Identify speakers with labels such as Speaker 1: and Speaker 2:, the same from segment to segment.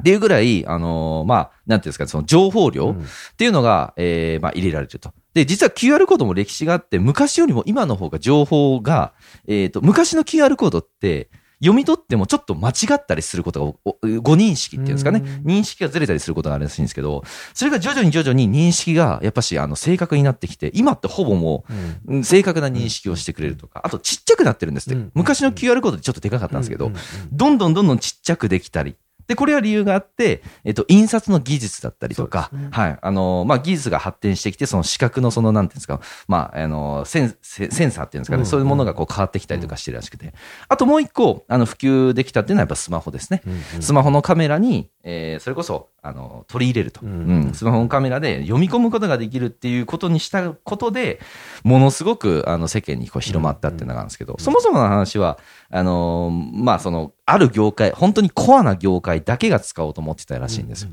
Speaker 1: っていうぐらい、あのーまあ、なんていうんですか、その情報
Speaker 2: う
Speaker 1: 量
Speaker 2: ん
Speaker 1: っ。ていうのが、えーまあ、入れられてると。で、実は QR コードも歴史があって、昔よりも今の方が情報が、えっ、と、昔の QR コードって、読み取ってもちょっと間違ったりすることがお、おご認識っていうんですかね
Speaker 2: うん。
Speaker 1: 認識がずれたりすることがあるらしいんですけど、それが徐々に徐々に認識が、やっぱし、あの、正確になってきて、今ってほぼもう、
Speaker 2: うん
Speaker 1: うん正確な認識をしてくれるとか、あとちっちゃくなってるんですって。
Speaker 2: うん
Speaker 1: 昔の QR コードってちょっとでかかったんですけど、
Speaker 2: うんうん
Speaker 1: どんどんどんどんちっちゃくできたり。で、これは理由があって、えっと、印刷の技術だったりとか、
Speaker 2: そうですね
Speaker 1: はい。あのー、まあ、技術が発展してきて、その視覚のその、なんていうんですか、まあ、あのー、セン、セセンサーっていうんですかね、
Speaker 2: うん
Speaker 1: そういうものがこう変わってきたりとかしてるらしくて。あともう一個、あの、普及できたっていうのはやっぱスマホですね。
Speaker 2: うんうん
Speaker 1: スマホのカメラに、えーそれこそ、あの、取り入れると、
Speaker 2: う
Speaker 1: うんんスマホのカメラで読み込むことができるっていうことにしたことで、ものすごく、あの、世間にこう広まったっていうのがあるんですけど、そもそもの話は、あのーまあ、その、ある業界、本当にコアな業界だけが使おうと思ってたらしいんですよ。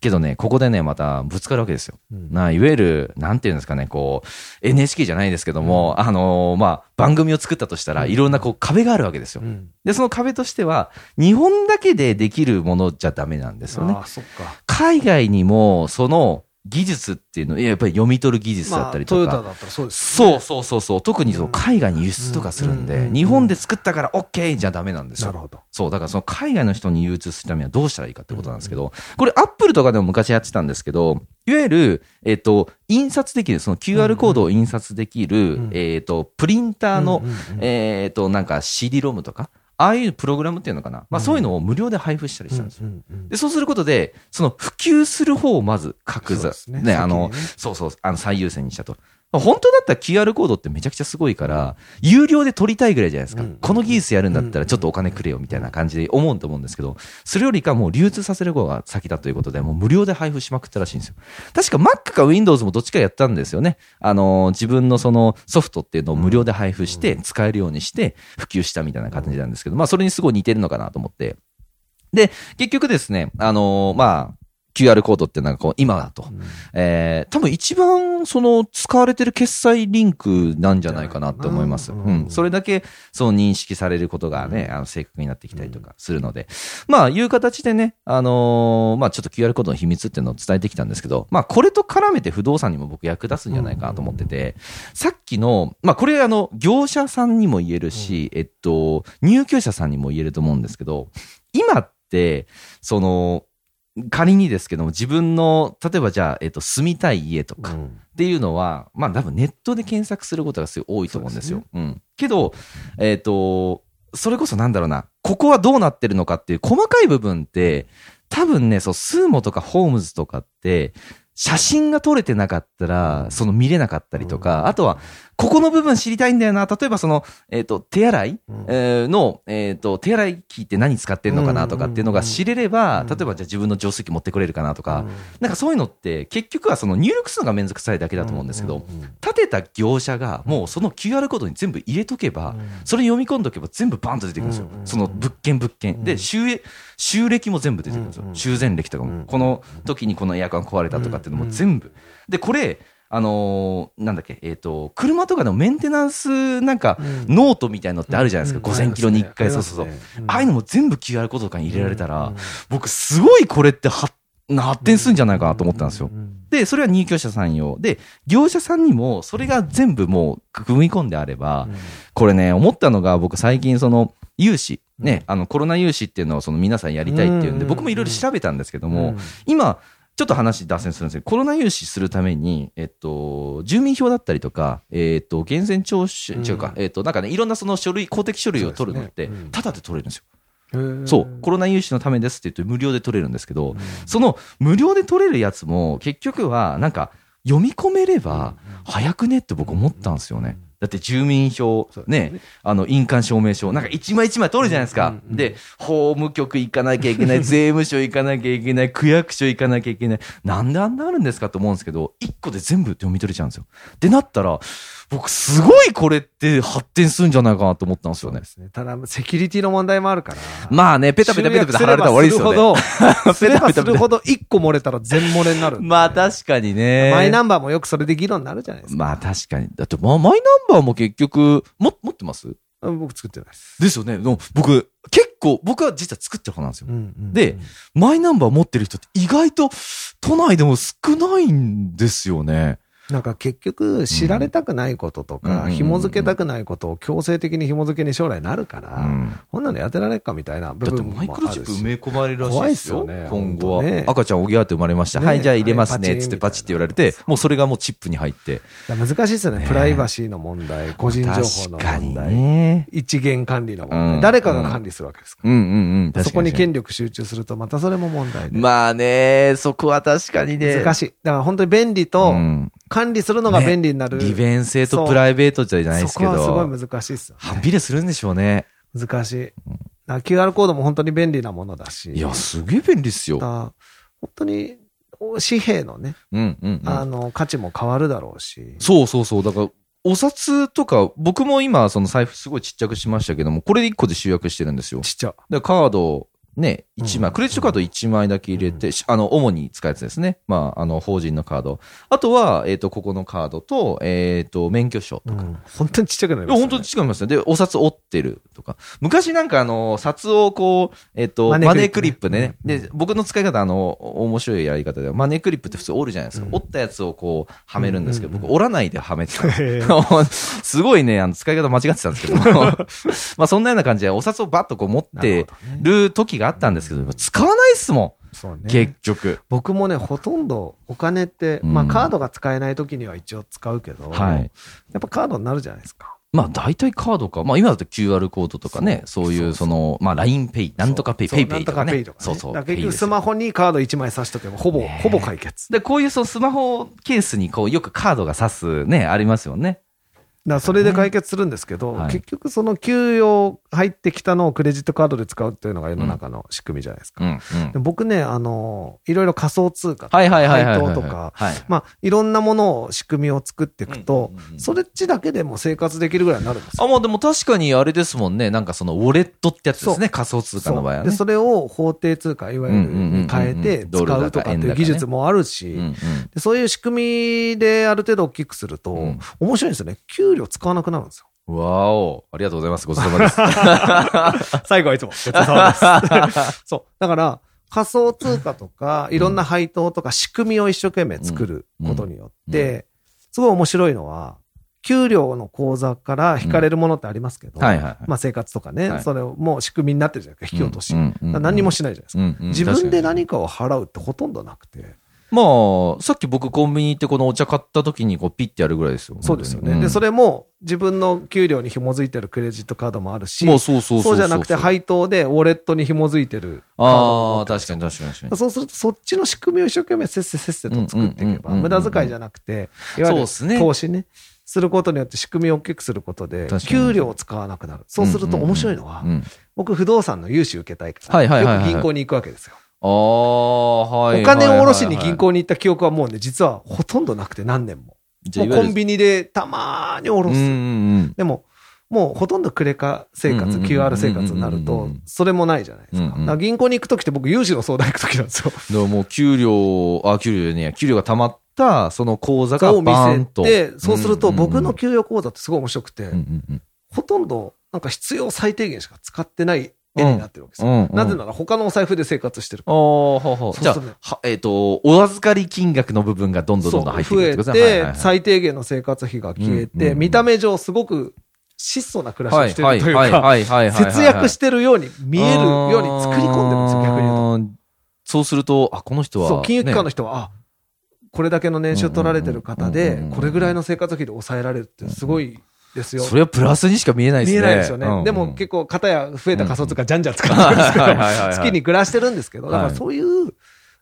Speaker 1: けどね、ここでね、またぶつかるわけですよ。
Speaker 2: うん
Speaker 1: な、いわゆる、なんていうんですかね、こう、NHK じゃないですけども、あのーまあ、番組を作ったとしたらいろんなこう壁があるわけですよ。
Speaker 2: うん
Speaker 1: で、その壁としては、日本だけでできるものじゃダメなんですよね
Speaker 2: あ。あ、そっか。
Speaker 1: 海外にも、その、技術っていうの、いややっぱり読み取る技術だ
Speaker 2: ま
Speaker 1: っ
Speaker 2: あ、
Speaker 1: た
Speaker 2: ト
Speaker 1: り
Speaker 2: ヨ
Speaker 1: とか。
Speaker 2: タだったらそうですね、
Speaker 1: そうそうそうそう。特にそうの
Speaker 2: ん
Speaker 1: 海外に輸出とかするん
Speaker 2: うん
Speaker 1: で
Speaker 2: う、ん
Speaker 1: 日本で作ったから OK じゃダメなんです
Speaker 2: な
Speaker 1: よ
Speaker 2: る。ほど。
Speaker 1: そう、だからその海外の人に流通するためにはどうしたらいいかってことなんですけど、これアップルとかでも昔やってたんですけど、いわゆる、えっ、と、印刷できる、その QR コードを印刷できる、
Speaker 2: うん
Speaker 1: えっ、と、プリンターの、
Speaker 2: うんうんうん
Speaker 1: えっ、と、なんか CD ロムとか、ああいうプログラムっていうのかな、まあ
Speaker 2: うん
Speaker 1: そういうのを無料で配布したりしたんですよ。
Speaker 2: うんうんうん
Speaker 1: で、そうすることで、その普及する方をまず確
Speaker 2: そう
Speaker 1: 座、
Speaker 2: です
Speaker 1: ね
Speaker 2: ね
Speaker 1: あの
Speaker 2: 先にね、
Speaker 1: そうそう、あの、最優先にしたと。本当だったら QR コードってめちゃくちゃすごいから、有料で取りたいぐらいじゃないですか。
Speaker 2: うん
Speaker 1: この技術やるんだったらちょっとお金くれよみたいな感じで思うと思うんですけど、それよりかもう流通させる方が先だということで、もう無料で配布しまくったらしいんですよ。確か Mac か Windows もどっちかやったんですよね。あのー、自分のそのソフトっていうのを無料で配布して、使えるようにして、普及したみたいな感じなんですけど、まあそれにすごい似てるのかなと思って。で、結局ですね、あのー、まあ、QR コードってなんかこう、今だと。えー、多分一番その使われてる決済リンクなんじゃないかなと思います。
Speaker 2: うん
Speaker 1: うん。それだけそう認識されることがね、あの正確になってきたりとかするので、まあいう形でね、あのーまあちょっと QR コードの秘密っていうのを伝えてきたんですけど、まあこれと絡めて不動産にも僕役立つんじゃないかなと思ってて、さっきの、まあこれあの、業者さんにも言えるし、えっと、入居者さんにも言えると思うんですけど、今って、その、仮にですけども、自分の、例えばじゃあ、えっと、住みたい家とか
Speaker 2: う
Speaker 1: っ
Speaker 2: ん
Speaker 1: ていうのは、まあ多分ネットで検索することがすごい多いと思うんですよ。うん。けど、えっ、と、それこそなんだろうな、ここはどうなってるのかっていう細かい部分って、多分ね、そう、スーモとかホームズとかって、写真が撮れてなかったら、その見れなかったりとか、あとは、ここの部分知りたいんだよな、例えばその、えっ、と、手洗い
Speaker 2: うん
Speaker 1: えーの、えっと手洗い機って何使ってんのかなとかっていうのが知れれば、
Speaker 2: うん
Speaker 1: 例えばじゃあ自分の浄水器持ってくれるかなとか、
Speaker 2: うん
Speaker 1: なんかそういうのって結局はその入力するのが面倒くさいだけだと思うんですけど、立てた業者がもうその QR コードに全部入れとけば、それ読み込んどけば全部バンと出てくるんですよ。
Speaker 2: うんうん
Speaker 1: その物件物件。
Speaker 2: うん
Speaker 1: で、収、収歴も全部出てくるんですよ
Speaker 2: うん。うん
Speaker 1: 修繕歴とかも。
Speaker 2: うん
Speaker 1: この時にこのエアコン壊れたとかっていうのも全部。で、これ、あのーなんだっけ、えっ、と、車とかのメンテナンスなんか、
Speaker 2: うん
Speaker 1: ノートみたいのってあるじゃないですか。
Speaker 2: うん
Speaker 1: 5000キロに1
Speaker 2: あ
Speaker 1: 回、
Speaker 2: り
Speaker 1: そう
Speaker 2: ます
Speaker 1: そうそう。
Speaker 2: ねん
Speaker 1: ああいうのも全部 QR コードとかに入れられたら、
Speaker 2: うんうん
Speaker 1: 僕すごいこれって発発展するんじゃないかなと思ったんですよ
Speaker 2: う。ん
Speaker 1: で、それは入居者さん用。で、業者さんにも、それが全部もう、組み込んであれば、これね、思ったのが、僕最近その、融資、ね、あの、コロナ融資っていうのをその皆さんやりたいっていうん
Speaker 2: うんうん
Speaker 1: で、
Speaker 2: うん
Speaker 1: 僕もいろいろ調べたんですけども、
Speaker 2: うん
Speaker 1: 今、ちょっと話脱線するんですけど、コロナ融資するために、えっと、住民票だったりとか、えっと、源泉徴収、
Speaker 2: うん
Speaker 1: 違うか、えっと、なんかね、いろんなその書類、公的書類を取るのって
Speaker 2: そうですねう、ん
Speaker 1: タダで取れるんですよ。
Speaker 2: うんへえ
Speaker 1: そう、コロナ融資のためですって言って無料で取れるんですけど
Speaker 2: うん、
Speaker 1: その無料で取れるやつも結局はなんか読み込めれば早くねって僕思ったんですよね。だって住民票
Speaker 2: そう、ですね
Speaker 1: ね、あの、印鑑証明書、なんか一枚一枚取るじゃないですか。
Speaker 2: うん
Speaker 1: で、法務局行かなきゃいけ ない、税務署行かなきゃいけない、区役所行かなきゃいけない、なんであんなあるんですかと思うんですけど、一個で全部読み取れちゃうんですよ。ってなったら、僕すごいこれって発展するんじゃないかなと思ったんですよね
Speaker 2: で。すねただ、セキュリティの問題もあるから。
Speaker 1: まあね、ペタペタペタペタ貼られたら終わりですよね。
Speaker 2: ね。すればす
Speaker 1: ペタペタペタ
Speaker 2: るほど、一個漏れたら全漏れになる。
Speaker 1: まあ確かにね。
Speaker 2: マイナンバーもよくそれで議論になるじゃないですか。
Speaker 1: まあ確かに。だって、まあ、マイナンバーも結局、も、持ってます
Speaker 2: 僕作ってないです。
Speaker 1: ですよね。でも僕、結構、僕は実は作ってる方なんですよ。で
Speaker 2: で、
Speaker 1: マイナンバー持ってる人って意外と都内でも少ないんですよね。
Speaker 2: なんか結局、知られたくないことと
Speaker 1: う
Speaker 2: か、
Speaker 1: ん
Speaker 2: 紐付けたくないことを強制的に紐付けに将来なるか
Speaker 1: う
Speaker 2: ら、
Speaker 1: ん。
Speaker 2: こんなのやってられっかみたいな部
Speaker 1: だって
Speaker 2: 分も
Speaker 1: マ
Speaker 2: あ
Speaker 1: イ
Speaker 2: る
Speaker 1: クロチップ埋
Speaker 2: し
Speaker 1: め込まれるらしいですよ。
Speaker 2: 怖いっすよね
Speaker 1: 今後は、
Speaker 2: 本当ね
Speaker 1: 赤ちゃんおぎゃーって生まれました。
Speaker 2: ね
Speaker 1: はい、じゃあ入れますね。
Speaker 2: はいパチン
Speaker 1: つってパチって言われて、もうそれがもうチップに入って。
Speaker 2: 難しいですよね。
Speaker 1: ね
Speaker 2: プライバシーの問題、個人情報の
Speaker 1: 確か
Speaker 2: 問
Speaker 1: に
Speaker 2: 題、
Speaker 1: ね。
Speaker 2: 一元管理の問
Speaker 1: うん
Speaker 2: 題、誰かが管理するわけですか
Speaker 1: うんうんうん。確か
Speaker 2: ら。そこに
Speaker 1: 確か
Speaker 2: 権力集中すると、またそれも問題で。
Speaker 1: まあね、そこは確かにね。
Speaker 2: 難
Speaker 1: い
Speaker 2: しい。だから本当に便利と、管理するのが便利になる。
Speaker 1: 利便性と
Speaker 2: そう
Speaker 1: プライベートじゃないです
Speaker 2: そ
Speaker 1: け
Speaker 2: こ
Speaker 1: ど。
Speaker 2: はすごい難しいですよ。
Speaker 1: はっびれするんでしょうね。
Speaker 2: 難しい。な QR コードも本当に便利なものだし。
Speaker 1: いや、すげえ便利ですよ。
Speaker 2: あ本当に、お紙幣のね、
Speaker 1: うんうん、う
Speaker 2: あ
Speaker 1: ん。
Speaker 2: の、価値も変わるだろうし。
Speaker 1: そうそうそう。だから、お札とか、僕も今、その財布すごいちっちゃくしましたけども、これ1個で集約してるんですよ。だか
Speaker 2: ちっちゃ。
Speaker 1: らカードね、一枚、クレジットカード1枚だけ入れて、しあの、主に使うやつですね。まあ、あの、法人のカード。あとは、えっ、と、ここのカードと、えっ、と、免許証とか。
Speaker 2: うん本当にちっちゃくな
Speaker 1: い
Speaker 2: り
Speaker 1: や
Speaker 2: ました、ね。
Speaker 1: 本当に違いますね。で、お札折ってるとか。昔なんかあの、札をこう、えっ、と、マ
Speaker 2: マ
Speaker 1: ネ
Speaker 2: ネ
Speaker 1: ー
Speaker 2: ー
Speaker 1: ク
Speaker 2: ク
Speaker 1: リ
Speaker 2: リ
Speaker 1: ッ
Speaker 2: ッ
Speaker 1: プ
Speaker 2: プ
Speaker 1: で
Speaker 2: ね
Speaker 1: ね。で、僕の使い方あの、面白いやり方で、マネークリップって普通折るじゃないですか。折ったやつをこう、はめるんですけど、僕折らないではめてた。
Speaker 2: へ
Speaker 1: すごいね、あの、使い方間違ってたん ですけどまあそんなような感じで、お札をバッとこう持ってる時があったんですけど、使わないっすも、
Speaker 2: そうんね
Speaker 1: 結。局。
Speaker 2: 僕もね、ほとんどお金って、
Speaker 1: うん
Speaker 2: まあカードが使えない時には一応使うけど、
Speaker 1: はい。
Speaker 2: やっぱカードになるじゃないですか。
Speaker 1: まあ大体カードか。まあ今だと QR コードとかね、そういうその、まあ LINEPay、なんとか Pay、
Speaker 2: そう
Speaker 1: PayPay とか
Speaker 2: なん
Speaker 1: ね
Speaker 2: と。か Pay とかね
Speaker 1: そうそう。
Speaker 2: だから
Speaker 1: Pay
Speaker 2: 結
Speaker 1: で
Speaker 2: 局
Speaker 1: す
Speaker 2: スマホにカード1枚挿しとけば、ほぼ、
Speaker 1: ねえ
Speaker 2: ほぼ解決。
Speaker 1: で、こういうそのスマホケースにこうよくカードが挿すね、ありますよね。
Speaker 2: だからそれで解決するんですけど、
Speaker 1: はい
Speaker 2: 結局その給与入ってきたのをクレジットカードで使うっていうのが世の中の仕組みじゃないですか。
Speaker 1: うん、うん。
Speaker 2: で僕ね、あの、いろいろ仮想通貨とか、
Speaker 1: はいはいはいはいはい。
Speaker 2: 配当とか、
Speaker 1: はい。
Speaker 2: まあ、いろんなものを仕組みを作っていくと、
Speaker 1: うんうんうん
Speaker 2: それっちだけでも生活できるぐらいになるんですよ。
Speaker 1: あ、まあでも確かにあれですもんね。なんかそのウォレットってやつですね。仮想通貨の場合は
Speaker 2: そう
Speaker 1: ね。
Speaker 2: で、それを法定通貨、いわゆる
Speaker 1: うんうんうんうんうん
Speaker 2: に変えて使うとかっていう技術もあるし、
Speaker 1: うんうん
Speaker 2: でそういう仕組みである程度大きくすると、
Speaker 1: うん
Speaker 2: 面白いんですよね。給料使わなくなるんですよ。
Speaker 1: わお。ありがとうございます。ごちそうさまです。
Speaker 2: 最後はい つも。 そう。だから、仮想通貨とか、いろんな配当とか仕組みを一生懸命作ることによっ
Speaker 1: うん
Speaker 2: て、すごい面白いのは、給料の口座から引かれるものってありますけど、
Speaker 1: はいはいはい。
Speaker 2: まあ生活とかね、
Speaker 1: はい
Speaker 2: それをもう仕組みになってるじゃないですか、引き落とし。
Speaker 1: うんうんうん
Speaker 2: だから何もしないじゃないですか。
Speaker 1: うんうん
Speaker 2: 自分で
Speaker 1: 確かに
Speaker 2: 何かを払うってほとんどなくて、
Speaker 1: まあ、さっき僕コンビニ行ってこのお茶買った時にこうピッてやるぐらいですよ。
Speaker 2: そうですよね。で、そ
Speaker 1: れ
Speaker 2: れも自分の給料に紐づいてるクレジットカードもあるし、
Speaker 1: もうそうそうそう。
Speaker 2: そうじゃなくて配当でウォレットに紐づいてるカードも
Speaker 1: ああ、確かに確かに確かに。
Speaker 2: そうすると、そっちの仕組みを一生懸命せっせせっせと作って
Speaker 1: う
Speaker 2: いけば、
Speaker 1: んうんうんうん
Speaker 2: 無駄遣いじゃなくて、いわゆ
Speaker 1: そう
Speaker 2: る
Speaker 1: っすね
Speaker 2: 投資ね、することによって仕組みを大きくすることで
Speaker 1: 確、かに
Speaker 2: 給料を使わなくなる。そうすると面白いのは
Speaker 1: う、ん
Speaker 2: 僕、不動産の融資受けたいか
Speaker 1: はいはいはい
Speaker 2: ら、
Speaker 1: は
Speaker 2: よ
Speaker 1: い
Speaker 2: く銀行に行くわけですよ。
Speaker 1: ああ、は
Speaker 2: お
Speaker 1: い。
Speaker 2: 金を下ろしに銀
Speaker 1: に
Speaker 2: 行に行った記憶はもうね、実はほとんどなくて何年も。もうコンビニでたまーに下ろ
Speaker 1: うんう
Speaker 2: す。
Speaker 1: んうん
Speaker 2: でも、もうほとんどクレカ生
Speaker 1: うんうん
Speaker 2: 活、
Speaker 1: うんうん
Speaker 2: QR 生活にな
Speaker 1: う
Speaker 2: る
Speaker 1: んうん
Speaker 2: と
Speaker 1: うん、
Speaker 2: それもないじゃないです
Speaker 1: うん
Speaker 2: か。
Speaker 1: う
Speaker 2: だ
Speaker 1: ん
Speaker 2: から銀行に行くときって僕、融資の相談行くときなんです
Speaker 1: だ
Speaker 2: よ。
Speaker 1: からもう給料、あ、給料じゃねえや給料が溜まった、その口座が
Speaker 2: を見
Speaker 1: バーンと。
Speaker 2: せて、そうすると
Speaker 1: んんん
Speaker 2: 僕の給与口座ってすごい面白くて、
Speaker 1: うんうん
Speaker 2: ほとんどなんか必要最低限しか使ってない絵になってるわけですよ。
Speaker 1: うんうんうん
Speaker 2: なぜなら他のお財布で生活してるか
Speaker 1: ああ、ほうほう。
Speaker 2: そう
Speaker 1: じゃ
Speaker 2: そうね
Speaker 1: あ、はえっと、お預かり金額の部分がどんど
Speaker 2: ら。
Speaker 1: んどんどん入ってく
Speaker 2: 増
Speaker 1: るっ
Speaker 2: え
Speaker 1: てことですね。
Speaker 2: て、最低限の生活費が消え
Speaker 1: うんうんう
Speaker 2: て、
Speaker 1: ん
Speaker 2: 見た目上すごく質素な暮らしをして
Speaker 1: はい
Speaker 2: るという
Speaker 1: はい
Speaker 2: か、
Speaker 1: はいはいはいはいはい
Speaker 2: 節約してるように見えるように作り込んでるんですよ、逆に言うと。
Speaker 1: あーそうすると、あ、この人は。
Speaker 2: そう、金融機関の
Speaker 1: ね
Speaker 2: 人は、あ、これだけの年収取られてる方
Speaker 1: うんうんうん
Speaker 2: で
Speaker 1: うんうん、
Speaker 2: これぐらいの生活費で抑えられるってすごいですよ。
Speaker 1: それはプラスにしか見えないです
Speaker 2: 見
Speaker 1: ね。
Speaker 2: えないですよね。
Speaker 1: うんうん
Speaker 2: でも結構、片や増えた仮想通貨、じゃんじゃん使ってるんですけ ど、
Speaker 1: はいはいはいはい
Speaker 2: 好きに暮らしてるんですけど、だか
Speaker 1: は
Speaker 2: ら
Speaker 1: い
Speaker 2: そういう、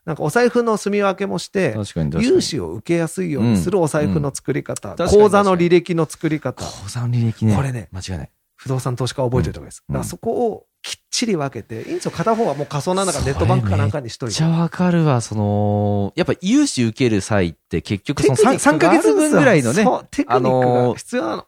Speaker 2: なんかお財布の住み分けもして、
Speaker 1: 確かに確かに。
Speaker 2: 融資を受けやすいようにするお財布の作り方、
Speaker 1: 確かに
Speaker 2: 口座の履歴の作り方、
Speaker 1: 口座の履歴ね。
Speaker 2: これね
Speaker 1: 間違いない。
Speaker 2: 不動産投資家は覚えておいた方がいいです。
Speaker 1: うん
Speaker 2: だからそこをきっちり分けて、いいんですよ。片方はもう仮想なんだからネットバンクかなんかにしと
Speaker 1: め
Speaker 2: い
Speaker 1: ってち。ゃわかるわ、その、やっぱ融資受ける際って結局その
Speaker 2: テクニ
Speaker 1: 3,
Speaker 2: ック
Speaker 1: ヶ
Speaker 2: があるんです
Speaker 1: 月
Speaker 2: よ
Speaker 1: 分ぐらいのね、
Speaker 2: そうテクニックが必要なの。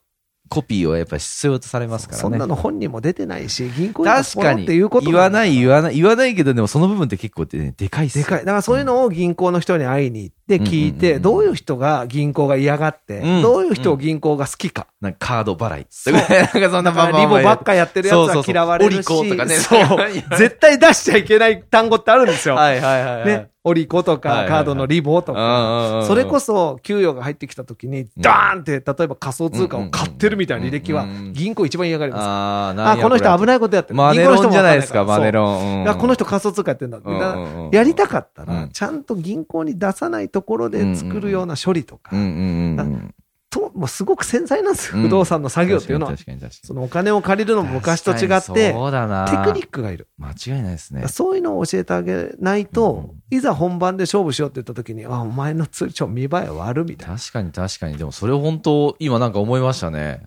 Speaker 1: コピーをやっぱ必要とされますからね。
Speaker 2: そんなの本人も出てないし、銀行にも
Speaker 1: 確
Speaker 2: そ
Speaker 1: か
Speaker 2: う
Speaker 1: に。
Speaker 2: っていうこと
Speaker 1: 言わない言
Speaker 2: よ。
Speaker 1: わない、言わないけど、でもその部分って結構で,、ね、でかいっす
Speaker 2: でかい。だからそういうのを銀行の人に会いに行って聞い
Speaker 1: うんうんうんう
Speaker 2: て、
Speaker 1: ん
Speaker 2: どういう人が銀行が嫌がって、
Speaker 1: うん
Speaker 2: どういう人を銀行が好きか。
Speaker 1: なんかカード払い。そう。なんかそんな
Speaker 2: だからリボばっかやってるやつ
Speaker 1: そうそう
Speaker 2: は
Speaker 1: そう
Speaker 2: 嫌われるし、
Speaker 1: オリコとかね
Speaker 2: そう絶対出しちゃいけない単語ってあるんです よ。
Speaker 1: はいはいはいはい。
Speaker 2: ね、オリコと
Speaker 1: はい
Speaker 2: か
Speaker 1: はいはい
Speaker 2: カードのリボと
Speaker 1: うん
Speaker 2: か。
Speaker 1: うんうんうん
Speaker 2: それこそ給与が入ってきた時に、ダーンって、例えば仮想通貨を買ってるみたいな履歴は
Speaker 1: うんうんうん、
Speaker 2: 銀行一番嫌がります。
Speaker 1: あーなんや
Speaker 2: あ、この人危
Speaker 1: い。
Speaker 2: ないことやってる。
Speaker 1: マネ
Speaker 2: 銀行の
Speaker 1: ロ
Speaker 2: 人
Speaker 1: ン
Speaker 2: も
Speaker 1: じゃ
Speaker 2: わ
Speaker 1: なんいですか、
Speaker 2: ら
Speaker 1: マ
Speaker 2: そう
Speaker 1: ネロン。
Speaker 2: だからこの人仮想通貨やってんだって。
Speaker 1: うんうん
Speaker 2: だ
Speaker 1: うんうん
Speaker 2: やりたかった
Speaker 1: う
Speaker 2: ら
Speaker 1: ん、
Speaker 2: ちゃんと銀行に出さないところで作るような処理とか
Speaker 1: うん、うんうんうん。
Speaker 2: と、もうすごく繊細なんです
Speaker 1: う
Speaker 2: よ。
Speaker 1: ん
Speaker 2: 不動産の作業っていうのは。
Speaker 1: 確かに確かに確か
Speaker 2: そのお金を借りるの
Speaker 1: に
Speaker 2: も昔と違って、
Speaker 1: 確かに
Speaker 2: テ
Speaker 1: そうだな
Speaker 2: クニックがいる。
Speaker 1: 間違いないですね。
Speaker 2: そういうのを教えてあげないと、いざ本番で勝負しようって言った時に、あ、お前の通帳見栄え悪みたいな。
Speaker 1: 確かに確かに。でもそれを本当、今なんか思いましたね。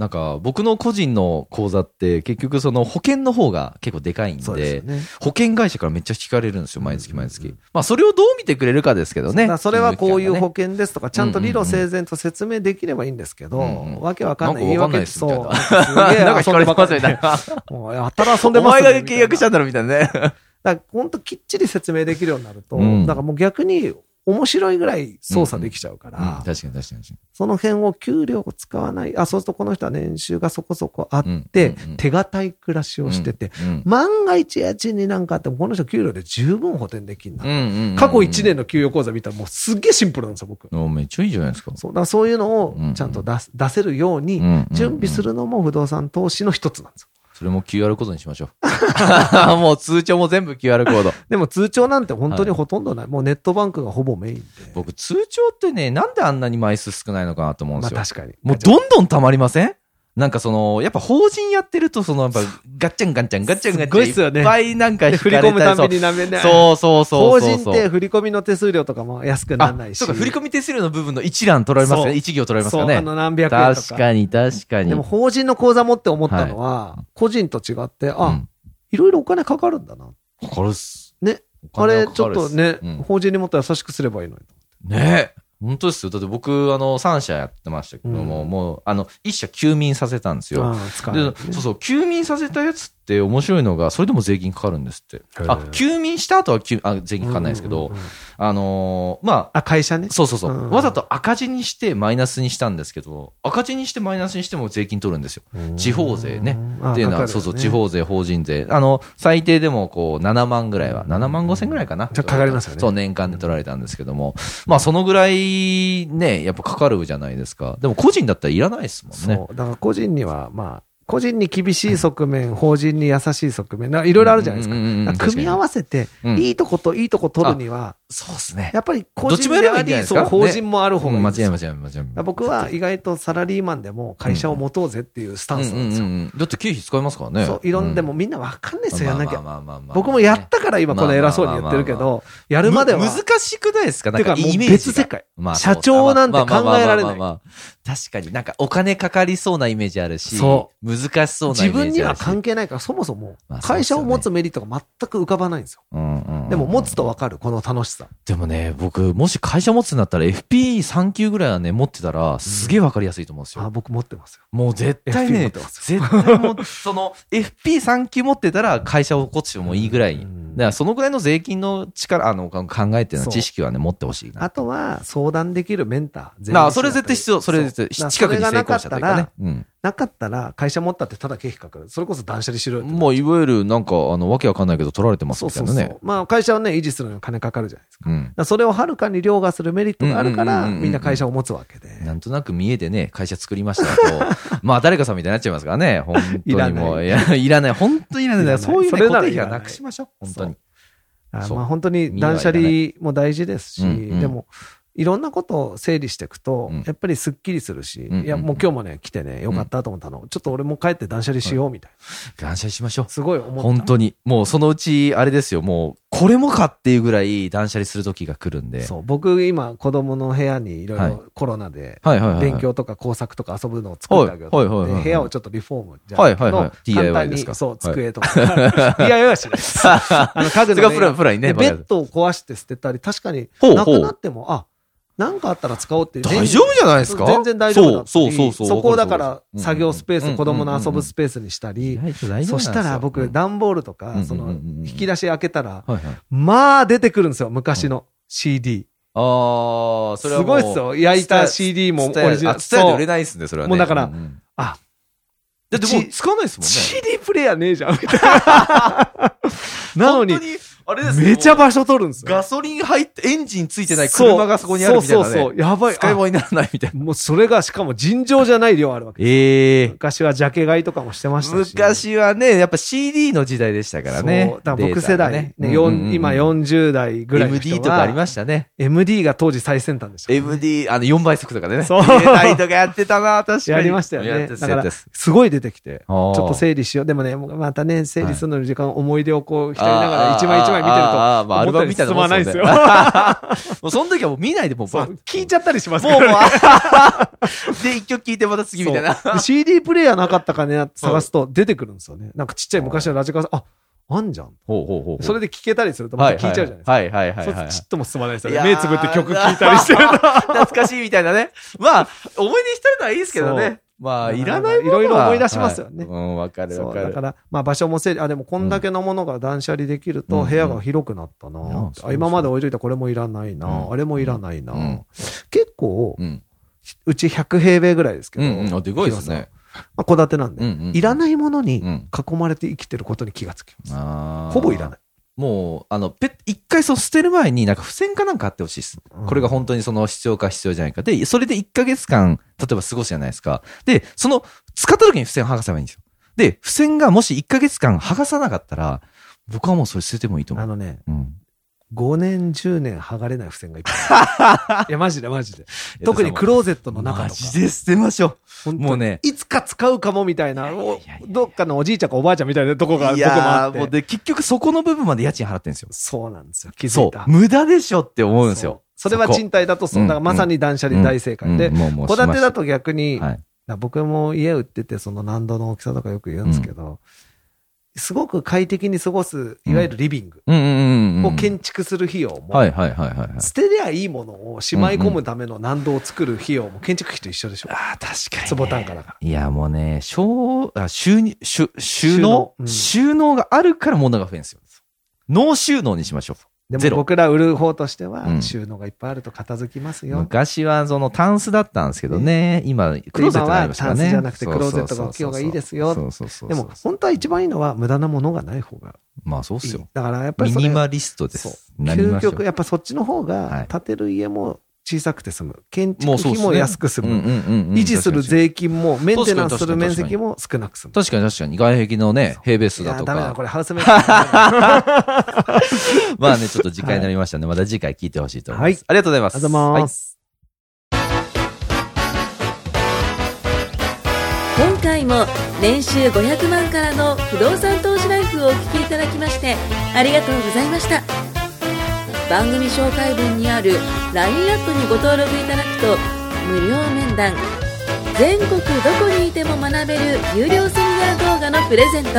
Speaker 1: なんか僕の個人の口座って結局その保険の方が結構でかいん
Speaker 2: そう
Speaker 1: で
Speaker 2: ですよね。
Speaker 1: 保険会社からめっちゃ聞かれるんですよ毎月毎月、
Speaker 2: うんうん
Speaker 1: まあそれをどう見てくれるかですけど
Speaker 2: だ
Speaker 1: ね
Speaker 2: からそれはこうい
Speaker 1: 金融機関
Speaker 2: う
Speaker 1: がね
Speaker 2: 保険ですとか、ちゃんと理路整然と説明できればいいんですけど、
Speaker 1: うんうん
Speaker 2: わけわかんない言い
Speaker 1: なんかわかんない
Speaker 2: 訳
Speaker 1: です
Speaker 2: そう。
Speaker 1: み
Speaker 2: なん
Speaker 1: た
Speaker 2: かすげえ
Speaker 1: なんか
Speaker 2: 遊
Speaker 1: 引
Speaker 2: ん
Speaker 1: か
Speaker 2: で
Speaker 1: れ
Speaker 2: ば
Speaker 1: て
Speaker 2: っか
Speaker 1: ます
Speaker 2: り
Speaker 1: みたいな。
Speaker 2: で。もうやたら遊んで
Speaker 1: お
Speaker 2: ます
Speaker 1: 前
Speaker 2: ね
Speaker 1: が契約したんだろみたいなね。
Speaker 2: だから本当きっちり説明できるようになると、
Speaker 1: うん
Speaker 2: だからもう逆に面白いぐらい操作できちゃうから、
Speaker 1: 確かに確かに確かに。
Speaker 2: その辺を給料を使わない、あ、そうするとこの人は年収がそこそこあっ
Speaker 1: うん
Speaker 2: て、
Speaker 1: うんうん
Speaker 2: 手堅い暮らしをしてて、
Speaker 1: うん
Speaker 2: 万が一家賃になんかあっても、この人給料で十分補填できるな、
Speaker 1: うんうんうんうん
Speaker 2: 過去1年の給与口座見たらもうすっげえシンプルなんですよ、僕。
Speaker 1: おめっちゃいいじゃないですか。
Speaker 2: そうだからそういうのを
Speaker 1: うんうん
Speaker 2: ちゃんと出す出せるよ
Speaker 1: うん
Speaker 2: う
Speaker 1: うんう
Speaker 2: に
Speaker 1: ん
Speaker 2: 準備するのも不動産投資の一つなんですよ。
Speaker 1: それも QR コードにしましょう。 もう通帳も全部 QR コード。
Speaker 2: でも通帳なんて本当にほとんどない。もうネットバンクがほぼメインで。
Speaker 1: 僕、通帳ってね、なんであんなに枚数少ないのかなと思うん
Speaker 2: ま
Speaker 1: で
Speaker 2: あ
Speaker 1: すよ。
Speaker 2: 確かに。
Speaker 1: もうどんどん溜まりませんなんかその、やっぱ法人やってると、その、やっぱ、ガッチャンガッチャンガッチャンガッチ
Speaker 2: すごいっす
Speaker 1: ャ
Speaker 2: よ
Speaker 1: ン、
Speaker 2: ね
Speaker 1: いっぱいなんか
Speaker 2: で
Speaker 1: 引
Speaker 2: 振
Speaker 1: か
Speaker 2: り
Speaker 1: れ
Speaker 2: 込む
Speaker 1: た
Speaker 2: た
Speaker 1: りそ
Speaker 2: び
Speaker 1: う
Speaker 2: になめない。
Speaker 1: そうそうそ
Speaker 2: 法
Speaker 1: うそう。
Speaker 2: 人って振り込みの手数料とかも安くならないし。
Speaker 1: そうか、振り込み手数料の部分の一覧取られますか
Speaker 2: そう
Speaker 1: ね一行取られます
Speaker 2: そ
Speaker 1: か
Speaker 2: う、あ
Speaker 1: ね
Speaker 2: の何百円と
Speaker 1: 確
Speaker 2: か。
Speaker 1: かに、確かに。
Speaker 2: でも法人の口座持って思ったのは、個人と違って、
Speaker 1: う
Speaker 2: あ
Speaker 1: ん、、
Speaker 2: いろいろお金かかるんだな。
Speaker 1: かかるっす。
Speaker 2: ね
Speaker 1: お
Speaker 2: あ
Speaker 1: 金
Speaker 2: れ、
Speaker 1: はか
Speaker 2: ち
Speaker 1: か
Speaker 2: ょ
Speaker 1: る
Speaker 2: っ
Speaker 1: す
Speaker 2: とね
Speaker 1: うん、
Speaker 2: 法人にもっと優しくすればいいのに。
Speaker 1: ねえ。本当ですよ。だって僕、あの、3社やってましたけども、
Speaker 2: うん
Speaker 1: もう、あの、1社休眠させたんですよ。
Speaker 2: ああ使わない
Speaker 1: で
Speaker 2: ね
Speaker 1: そうそう、休眠させたやつって面白いのが、それでも税金かかるんですって。あ、休眠した後は休あ税金かかんないですけど、
Speaker 2: うんうんうん
Speaker 1: あのーまあ、
Speaker 2: あ、会社ね。
Speaker 1: そうそうそう、
Speaker 2: うん
Speaker 1: わざと赤字にしてマイナスにしたんですけど、赤字にしてマイナスにしても税金取るんですよ。地方税ね
Speaker 2: あ
Speaker 1: っていうのは、
Speaker 2: かかるよね
Speaker 1: そうそう、地方税、法人税。あの、最低でもこう、7万ぐらいは、7万5千ぐらいかな。
Speaker 2: じゃあかかりますよね
Speaker 1: そう、年間で取られたんですけども。まあ、そのぐらい、ね、やっぱかかるじゃないですか。でも、個人だったらいらないですもんね。
Speaker 2: そう。だから個人には、まあ、個人に厳しい側面、法人に優しい側面、なんかいろいろあるじゃないですか。
Speaker 1: うんうんうんうん
Speaker 2: だから組み合わせて、
Speaker 1: うん
Speaker 2: いいとこといいとこ取るには、
Speaker 1: そうですね。
Speaker 2: やっぱり個
Speaker 1: どっち
Speaker 2: 人
Speaker 1: もやれ
Speaker 2: で
Speaker 1: ばい
Speaker 2: あ
Speaker 1: いんじゃない
Speaker 2: り、
Speaker 1: です
Speaker 2: そ
Speaker 1: か。
Speaker 2: う、法人もある
Speaker 1: ね
Speaker 2: 方が
Speaker 1: う
Speaker 2: いい
Speaker 1: ん
Speaker 2: ん
Speaker 1: 間違
Speaker 2: ですよ
Speaker 1: い間違い間違い。
Speaker 2: だから僕は意外とサラリーマンでも会社を持とうぜっていうスタンスなんです
Speaker 1: う
Speaker 2: よ。
Speaker 1: んうんうんだって経費使いますからね。
Speaker 2: そう、いろんで
Speaker 1: う
Speaker 2: もみんなわかんないですよ、やんなきゃ。
Speaker 1: まあまあまあまあまあ
Speaker 2: 僕もやったから今この偉そうに言ってるけ
Speaker 1: まあまあまあ
Speaker 2: ど、やるまでは。
Speaker 1: む難しくないですかなん
Speaker 2: て
Speaker 1: か
Speaker 2: かもう
Speaker 1: イメージが
Speaker 2: 別世界
Speaker 1: まあ
Speaker 2: 社長なんて考えら
Speaker 1: まあまあまあま
Speaker 2: れない
Speaker 1: あまあまあ確かになんかお金かかりそうなイメージあるし、
Speaker 2: そ
Speaker 1: 難しそうなイメ
Speaker 2: 自
Speaker 1: ー
Speaker 2: 分
Speaker 1: ジ
Speaker 2: に
Speaker 1: あ
Speaker 2: は
Speaker 1: るし。
Speaker 2: 関係ないから、そもそも
Speaker 1: まあそう
Speaker 2: 会
Speaker 1: ですよ
Speaker 2: 社
Speaker 1: ね
Speaker 2: を持つメリットが全く浮かばないんですよ。
Speaker 1: うんうんうん
Speaker 2: でも持つとわかる、この楽しさ。
Speaker 1: でもね、僕、もし会社持つんだったら FP3 級ぐらいはね、持ってたら、すげえわかりやすいと思うんですよ。
Speaker 2: あ、僕持ってますよ。
Speaker 1: もう絶対ね、
Speaker 2: FP 持ってます
Speaker 1: 絶対もう、 その、FP3 級持ってたら会社を起こしてもいいぐらいに。
Speaker 2: うん
Speaker 1: だからそのぐらいの税金の力、あの、考えっていうの
Speaker 2: そう
Speaker 1: は知識はね、持ってほしいな。
Speaker 2: あとは、相談できるメンター。
Speaker 1: なあ、それ絶対必要。それ絶
Speaker 2: そう
Speaker 1: 対、近くに
Speaker 2: だ
Speaker 1: 成
Speaker 2: から
Speaker 1: 功
Speaker 2: そ
Speaker 1: 者
Speaker 2: れが
Speaker 1: という
Speaker 2: なか
Speaker 1: か
Speaker 2: っ
Speaker 1: ね
Speaker 2: たら、。
Speaker 1: うん。
Speaker 2: なかったら、会社持ったってただ経費かかる。それこそ断捨離しろよって
Speaker 1: もういわゆるなんか、あの、わけわかんないけど取られてます
Speaker 2: そう
Speaker 1: みた
Speaker 2: そ
Speaker 1: いうな
Speaker 2: そう
Speaker 1: ね。。
Speaker 2: まあ、会社をね、維持するのに金かかるじゃないですか。
Speaker 1: うん
Speaker 2: だか。らそれをはるかに凌駕するメリットがあるか
Speaker 1: うんうんうん
Speaker 2: ら、
Speaker 1: うんうん
Speaker 2: みんな会社を持つわけで。
Speaker 1: なんとなく見えてね、会社作りましただと、 まあ誰かさんみたいになっちゃいますからね、本
Speaker 2: い
Speaker 1: 当
Speaker 2: ら
Speaker 1: にも
Speaker 2: な
Speaker 1: う、いや、いらない、本当にいらない
Speaker 2: いらない
Speaker 1: そういう
Speaker 2: そ
Speaker 1: ね、
Speaker 2: れな
Speaker 1: 固
Speaker 2: ら
Speaker 1: 定
Speaker 2: い
Speaker 1: 費
Speaker 2: ら
Speaker 1: は
Speaker 2: ない
Speaker 1: なくしましょう、本当に。
Speaker 2: あ
Speaker 1: そう
Speaker 2: まあ、本当に断捨離も大事ですし、
Speaker 1: うんうん
Speaker 2: でも、いろんなことを整理していくと、
Speaker 1: うん
Speaker 2: やっぱりすっきりするし、
Speaker 1: うんうん
Speaker 2: いや、もう今日もね、来てね、よかったと思ったの。ちょっと俺も帰って断捨離しようみたいな。
Speaker 1: 感謝しましょう。
Speaker 2: すごい思った。
Speaker 1: 本当に。もうそのうち、あれですよ、もう、これもかっていうぐらい断捨離する時が来るんで。
Speaker 2: そう僕、今、子供の部屋にいろい
Speaker 1: はい
Speaker 2: ろコロナで、
Speaker 1: はいはいはいはい。
Speaker 2: 勉強とか工作とか遊ぶのを作ってあげようと思っ
Speaker 1: はいはいはいはい
Speaker 2: て、部屋をちょっとリフォームじゃ
Speaker 1: は
Speaker 2: ないいけ
Speaker 1: はいはい
Speaker 2: ど、簡
Speaker 1: DIY
Speaker 2: 単
Speaker 1: で
Speaker 2: に
Speaker 1: す、か
Speaker 2: そう、
Speaker 1: はい
Speaker 2: 机とか、DIY はしないです。あ の家具
Speaker 1: それが
Speaker 2: のね
Speaker 1: プランプランにね
Speaker 2: で
Speaker 1: バカ
Speaker 2: ベ
Speaker 1: やつ
Speaker 2: ッドを壊して捨てたり、確かに、
Speaker 1: ほう
Speaker 2: なくなっても、あ、なんかあったら使おうっていう。
Speaker 1: 大丈夫じゃないですか
Speaker 2: 全然大丈夫だった
Speaker 1: そう
Speaker 2: り
Speaker 1: そうそうそう。
Speaker 2: そこをだから
Speaker 1: うん
Speaker 2: 作業スペー
Speaker 1: う
Speaker 2: ス、
Speaker 1: ん
Speaker 2: 子供の遊ぶスペースにしたり、そしたら僕、
Speaker 1: だ
Speaker 2: 段ボールと
Speaker 1: うんうんうんう
Speaker 2: か、
Speaker 1: ん
Speaker 2: その、引き出し開けた
Speaker 1: は
Speaker 2: ら、
Speaker 1: いはい。
Speaker 2: まあ出てくるんですよ、昔の CD。
Speaker 1: ああ、そ
Speaker 2: す
Speaker 1: れはも
Speaker 2: ご
Speaker 1: う。
Speaker 2: いっすよ、焼いた CD もオ
Speaker 1: 伝え
Speaker 2: リジナル。
Speaker 1: 伝えで売
Speaker 2: そ
Speaker 1: れ
Speaker 2: う
Speaker 1: ないですね、それはね。
Speaker 2: もうだから
Speaker 1: んん
Speaker 2: あ、
Speaker 1: だってもう使わないですもんね。
Speaker 2: CD プレイヤーねえじゃん、みたい な。なのに
Speaker 1: 本当、あれですね
Speaker 2: めちゃ場所取るんですよ。
Speaker 1: ガソリン入って、エンジンついてない車がそこにあるみたいなね。
Speaker 2: そうそうそう、やばい。
Speaker 1: 使い物にならないみたい
Speaker 2: あ
Speaker 1: な。
Speaker 2: もうそれが、しかも尋常じゃない量あるわけ。
Speaker 1: ええ。
Speaker 2: 昔はジャケ買いとかもしてましたし。
Speaker 1: 昔はね、やっぱ CD の時代でしたからね
Speaker 2: そう。だから僕世代、ね
Speaker 1: データが
Speaker 2: よん
Speaker 1: うんうんうん
Speaker 2: 今40代ぐらいの人は
Speaker 1: MD とかありましたね。
Speaker 2: MD が当時最先端でした、
Speaker 1: MD、あの、4倍速とかでね。
Speaker 2: そう
Speaker 1: 入れたりとかやってたな、確かに。
Speaker 2: やりましたよ
Speaker 1: や
Speaker 2: ね。
Speaker 1: って
Speaker 2: だ
Speaker 1: た
Speaker 2: か
Speaker 1: やって
Speaker 2: ら、
Speaker 1: た
Speaker 2: すごい出てきて、ち
Speaker 1: あー
Speaker 2: ょっと整理しよう。でもね、またね、整理するのに時間、思い出をこう、浸りなが
Speaker 1: あ
Speaker 2: ら
Speaker 1: ー
Speaker 2: 一枚一枚回見てる
Speaker 1: あ
Speaker 2: と
Speaker 1: ーあーまあアルバムみたいなもん
Speaker 2: 思ったより進ま
Speaker 1: ですよねもうその時はもう見ないで、もう、
Speaker 2: そ
Speaker 1: も
Speaker 2: う聞いちゃったりします
Speaker 1: う、
Speaker 2: から
Speaker 1: もう
Speaker 2: ね、
Speaker 1: あ で、一曲聴いてまた次みたいな。
Speaker 2: そう CD プレイヤーなかったかねって探すと出てくるんですよね。なんかちっちゃい昔のラジカセ、あ、あんじゃん。
Speaker 1: ほうほうほう
Speaker 2: それ
Speaker 1: で、
Speaker 2: で聞けたりするとまた聞いちゃうじゃないですか。
Speaker 1: はいはいはいはいはい。
Speaker 2: そうちっ とも進まないですよ
Speaker 1: いやー
Speaker 2: ね。目つぶって曲聴いたりしてると。
Speaker 1: 懐かしいみたいなね。まあ、思い出に浸るのはいいですけどね。まあ、いらないものはい
Speaker 2: ろいろ思い出しますよね
Speaker 1: はいうん、わかる
Speaker 2: そ
Speaker 1: わ
Speaker 2: う
Speaker 1: か
Speaker 2: だか
Speaker 1: る。
Speaker 2: ら、まあ、場所も整理、あ、でもこんだけのものが断捨離できる
Speaker 1: う
Speaker 2: と
Speaker 1: ん
Speaker 2: 部屋が広くなったな、
Speaker 1: うんそうそう
Speaker 2: あ今まで置いといたこれもいらないな、
Speaker 1: うん
Speaker 2: あれもいらないな、
Speaker 1: うん
Speaker 2: 結構、
Speaker 1: うん。
Speaker 2: うち100平米ぐらいですけ
Speaker 1: う
Speaker 2: ど、
Speaker 1: んうん。あ、でかいですね。
Speaker 2: まあ、戸建てなんで、
Speaker 1: うんうん
Speaker 2: いらないものに
Speaker 1: うん
Speaker 2: 囲まれて生きてることに気がつきます。
Speaker 1: あー
Speaker 2: ほぼいらない。
Speaker 1: もう、あの、ペッ一回そう捨てる前に、なんか付箋かなんかあってほしいです。
Speaker 2: うん
Speaker 1: これが本当にその必要か必要じゃないか。で、それで1ヶ月間、例えば過ごすじゃないですか。で、その、使った時に付箋を剥がせばいいんですよ。で、付箋がもし1ヶ月間剥がさなかったら、僕はもうそれ捨ててもいいと思
Speaker 2: あ
Speaker 1: う。
Speaker 2: のね、
Speaker 1: うん。
Speaker 2: 5年、10年剥がれない付箋がいっ ぱい。いや、マジでマジで。特にクローゼットの中
Speaker 1: マ
Speaker 2: とか。
Speaker 1: ジで捨てましょ
Speaker 2: 本当に
Speaker 1: もうね
Speaker 2: いつか使うかもみたいな、
Speaker 1: い
Speaker 2: お
Speaker 1: やいや
Speaker 2: どっかのおじいちゃんかおばあちゃんみたいなとこが
Speaker 1: う。い
Speaker 2: 僕もあ
Speaker 1: や
Speaker 2: っ
Speaker 1: ーもうで、
Speaker 2: て。
Speaker 1: 結局そこの部分まで家賃払ってんですよ。
Speaker 2: そうなんですよ。気づ
Speaker 1: そ
Speaker 2: いた
Speaker 1: う。。無駄でしょって思うんですよ。
Speaker 2: そうそれは賃貸だとそう、
Speaker 1: うん
Speaker 2: だからまさに断捨離大正解
Speaker 1: う
Speaker 2: で
Speaker 1: ん、もうもう
Speaker 2: 戸建てだ
Speaker 1: と、
Speaker 2: と逆に、だ
Speaker 1: は
Speaker 2: か
Speaker 1: い。
Speaker 2: ら僕も家売ってて、その難度の大きさとかよく言うんですけど、すごく快適に過ごす、いわゆるリビング
Speaker 1: うんうんうんうん。
Speaker 2: を建築する費用も、
Speaker 1: はいはいはいはいはい。
Speaker 2: 捨てりゃいいものをしまい込むための難度を作る費用も建築費と一緒でしょ。
Speaker 1: ああ、確かに、ね。
Speaker 2: 坪単価だから。
Speaker 1: いや、もうね、小、あ収入、収、収
Speaker 2: 収
Speaker 1: 納
Speaker 2: 納、うん
Speaker 1: 収納があるから物が増えるんですよ。納収納にしましょう。ゼ
Speaker 2: でも
Speaker 1: ロ。
Speaker 2: 僕ら売る方として
Speaker 1: う
Speaker 2: は、
Speaker 1: ん
Speaker 2: 収納がいっぱいあると片付きますよ。
Speaker 1: 昔はそのタンスだったんですけどね、今、クローゼットになりましたからね。
Speaker 2: 今はタンスじゃ
Speaker 1: そ
Speaker 2: なくて
Speaker 1: うそうそう
Speaker 2: クローゼットが大きい方がいいですよ
Speaker 1: そうそうそう。
Speaker 2: でも、本当は一番いいのは無駄なものがない方が
Speaker 1: まあそうっ
Speaker 2: いい
Speaker 1: すよ。。
Speaker 2: だからやっぱ
Speaker 1: ミ
Speaker 2: りそれ
Speaker 1: ニマリストで
Speaker 2: そう
Speaker 1: す。なりましょう
Speaker 2: 究極、やっぱそっちの
Speaker 1: は
Speaker 2: 方
Speaker 1: い
Speaker 2: が、建てる家も小さくて済む。建築
Speaker 1: もうそうっ
Speaker 2: 費
Speaker 1: すね
Speaker 2: も安く済
Speaker 1: うんうん
Speaker 2: む。
Speaker 1: うんうん
Speaker 2: 維持する税金も、メンテナンス
Speaker 1: 確
Speaker 2: する
Speaker 1: かに
Speaker 2: 面積も少なく済む。
Speaker 1: 確かに確かに。外壁のね、平米数だとか。
Speaker 2: いやダメだ、これハウスメーカー。
Speaker 1: まあね、ちょっと時間になりましたね。また次回聞いてほしいと思います。
Speaker 2: はい
Speaker 1: ありがとうございます。
Speaker 2: ありがとうございます。
Speaker 3: 今回も年収500万からの不動産投資ライフをお聞きいただきましてありがとうございました番組紹介文にある LINE アットにご登録いただくと無料面談全国どこにいても学べる有料セミナー動画のプレゼント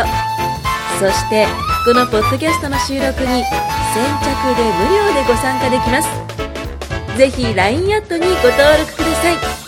Speaker 3: そしてこのポッドキャストの収録に先着で無料でご参加できますぜひ LINE アットにご登録ください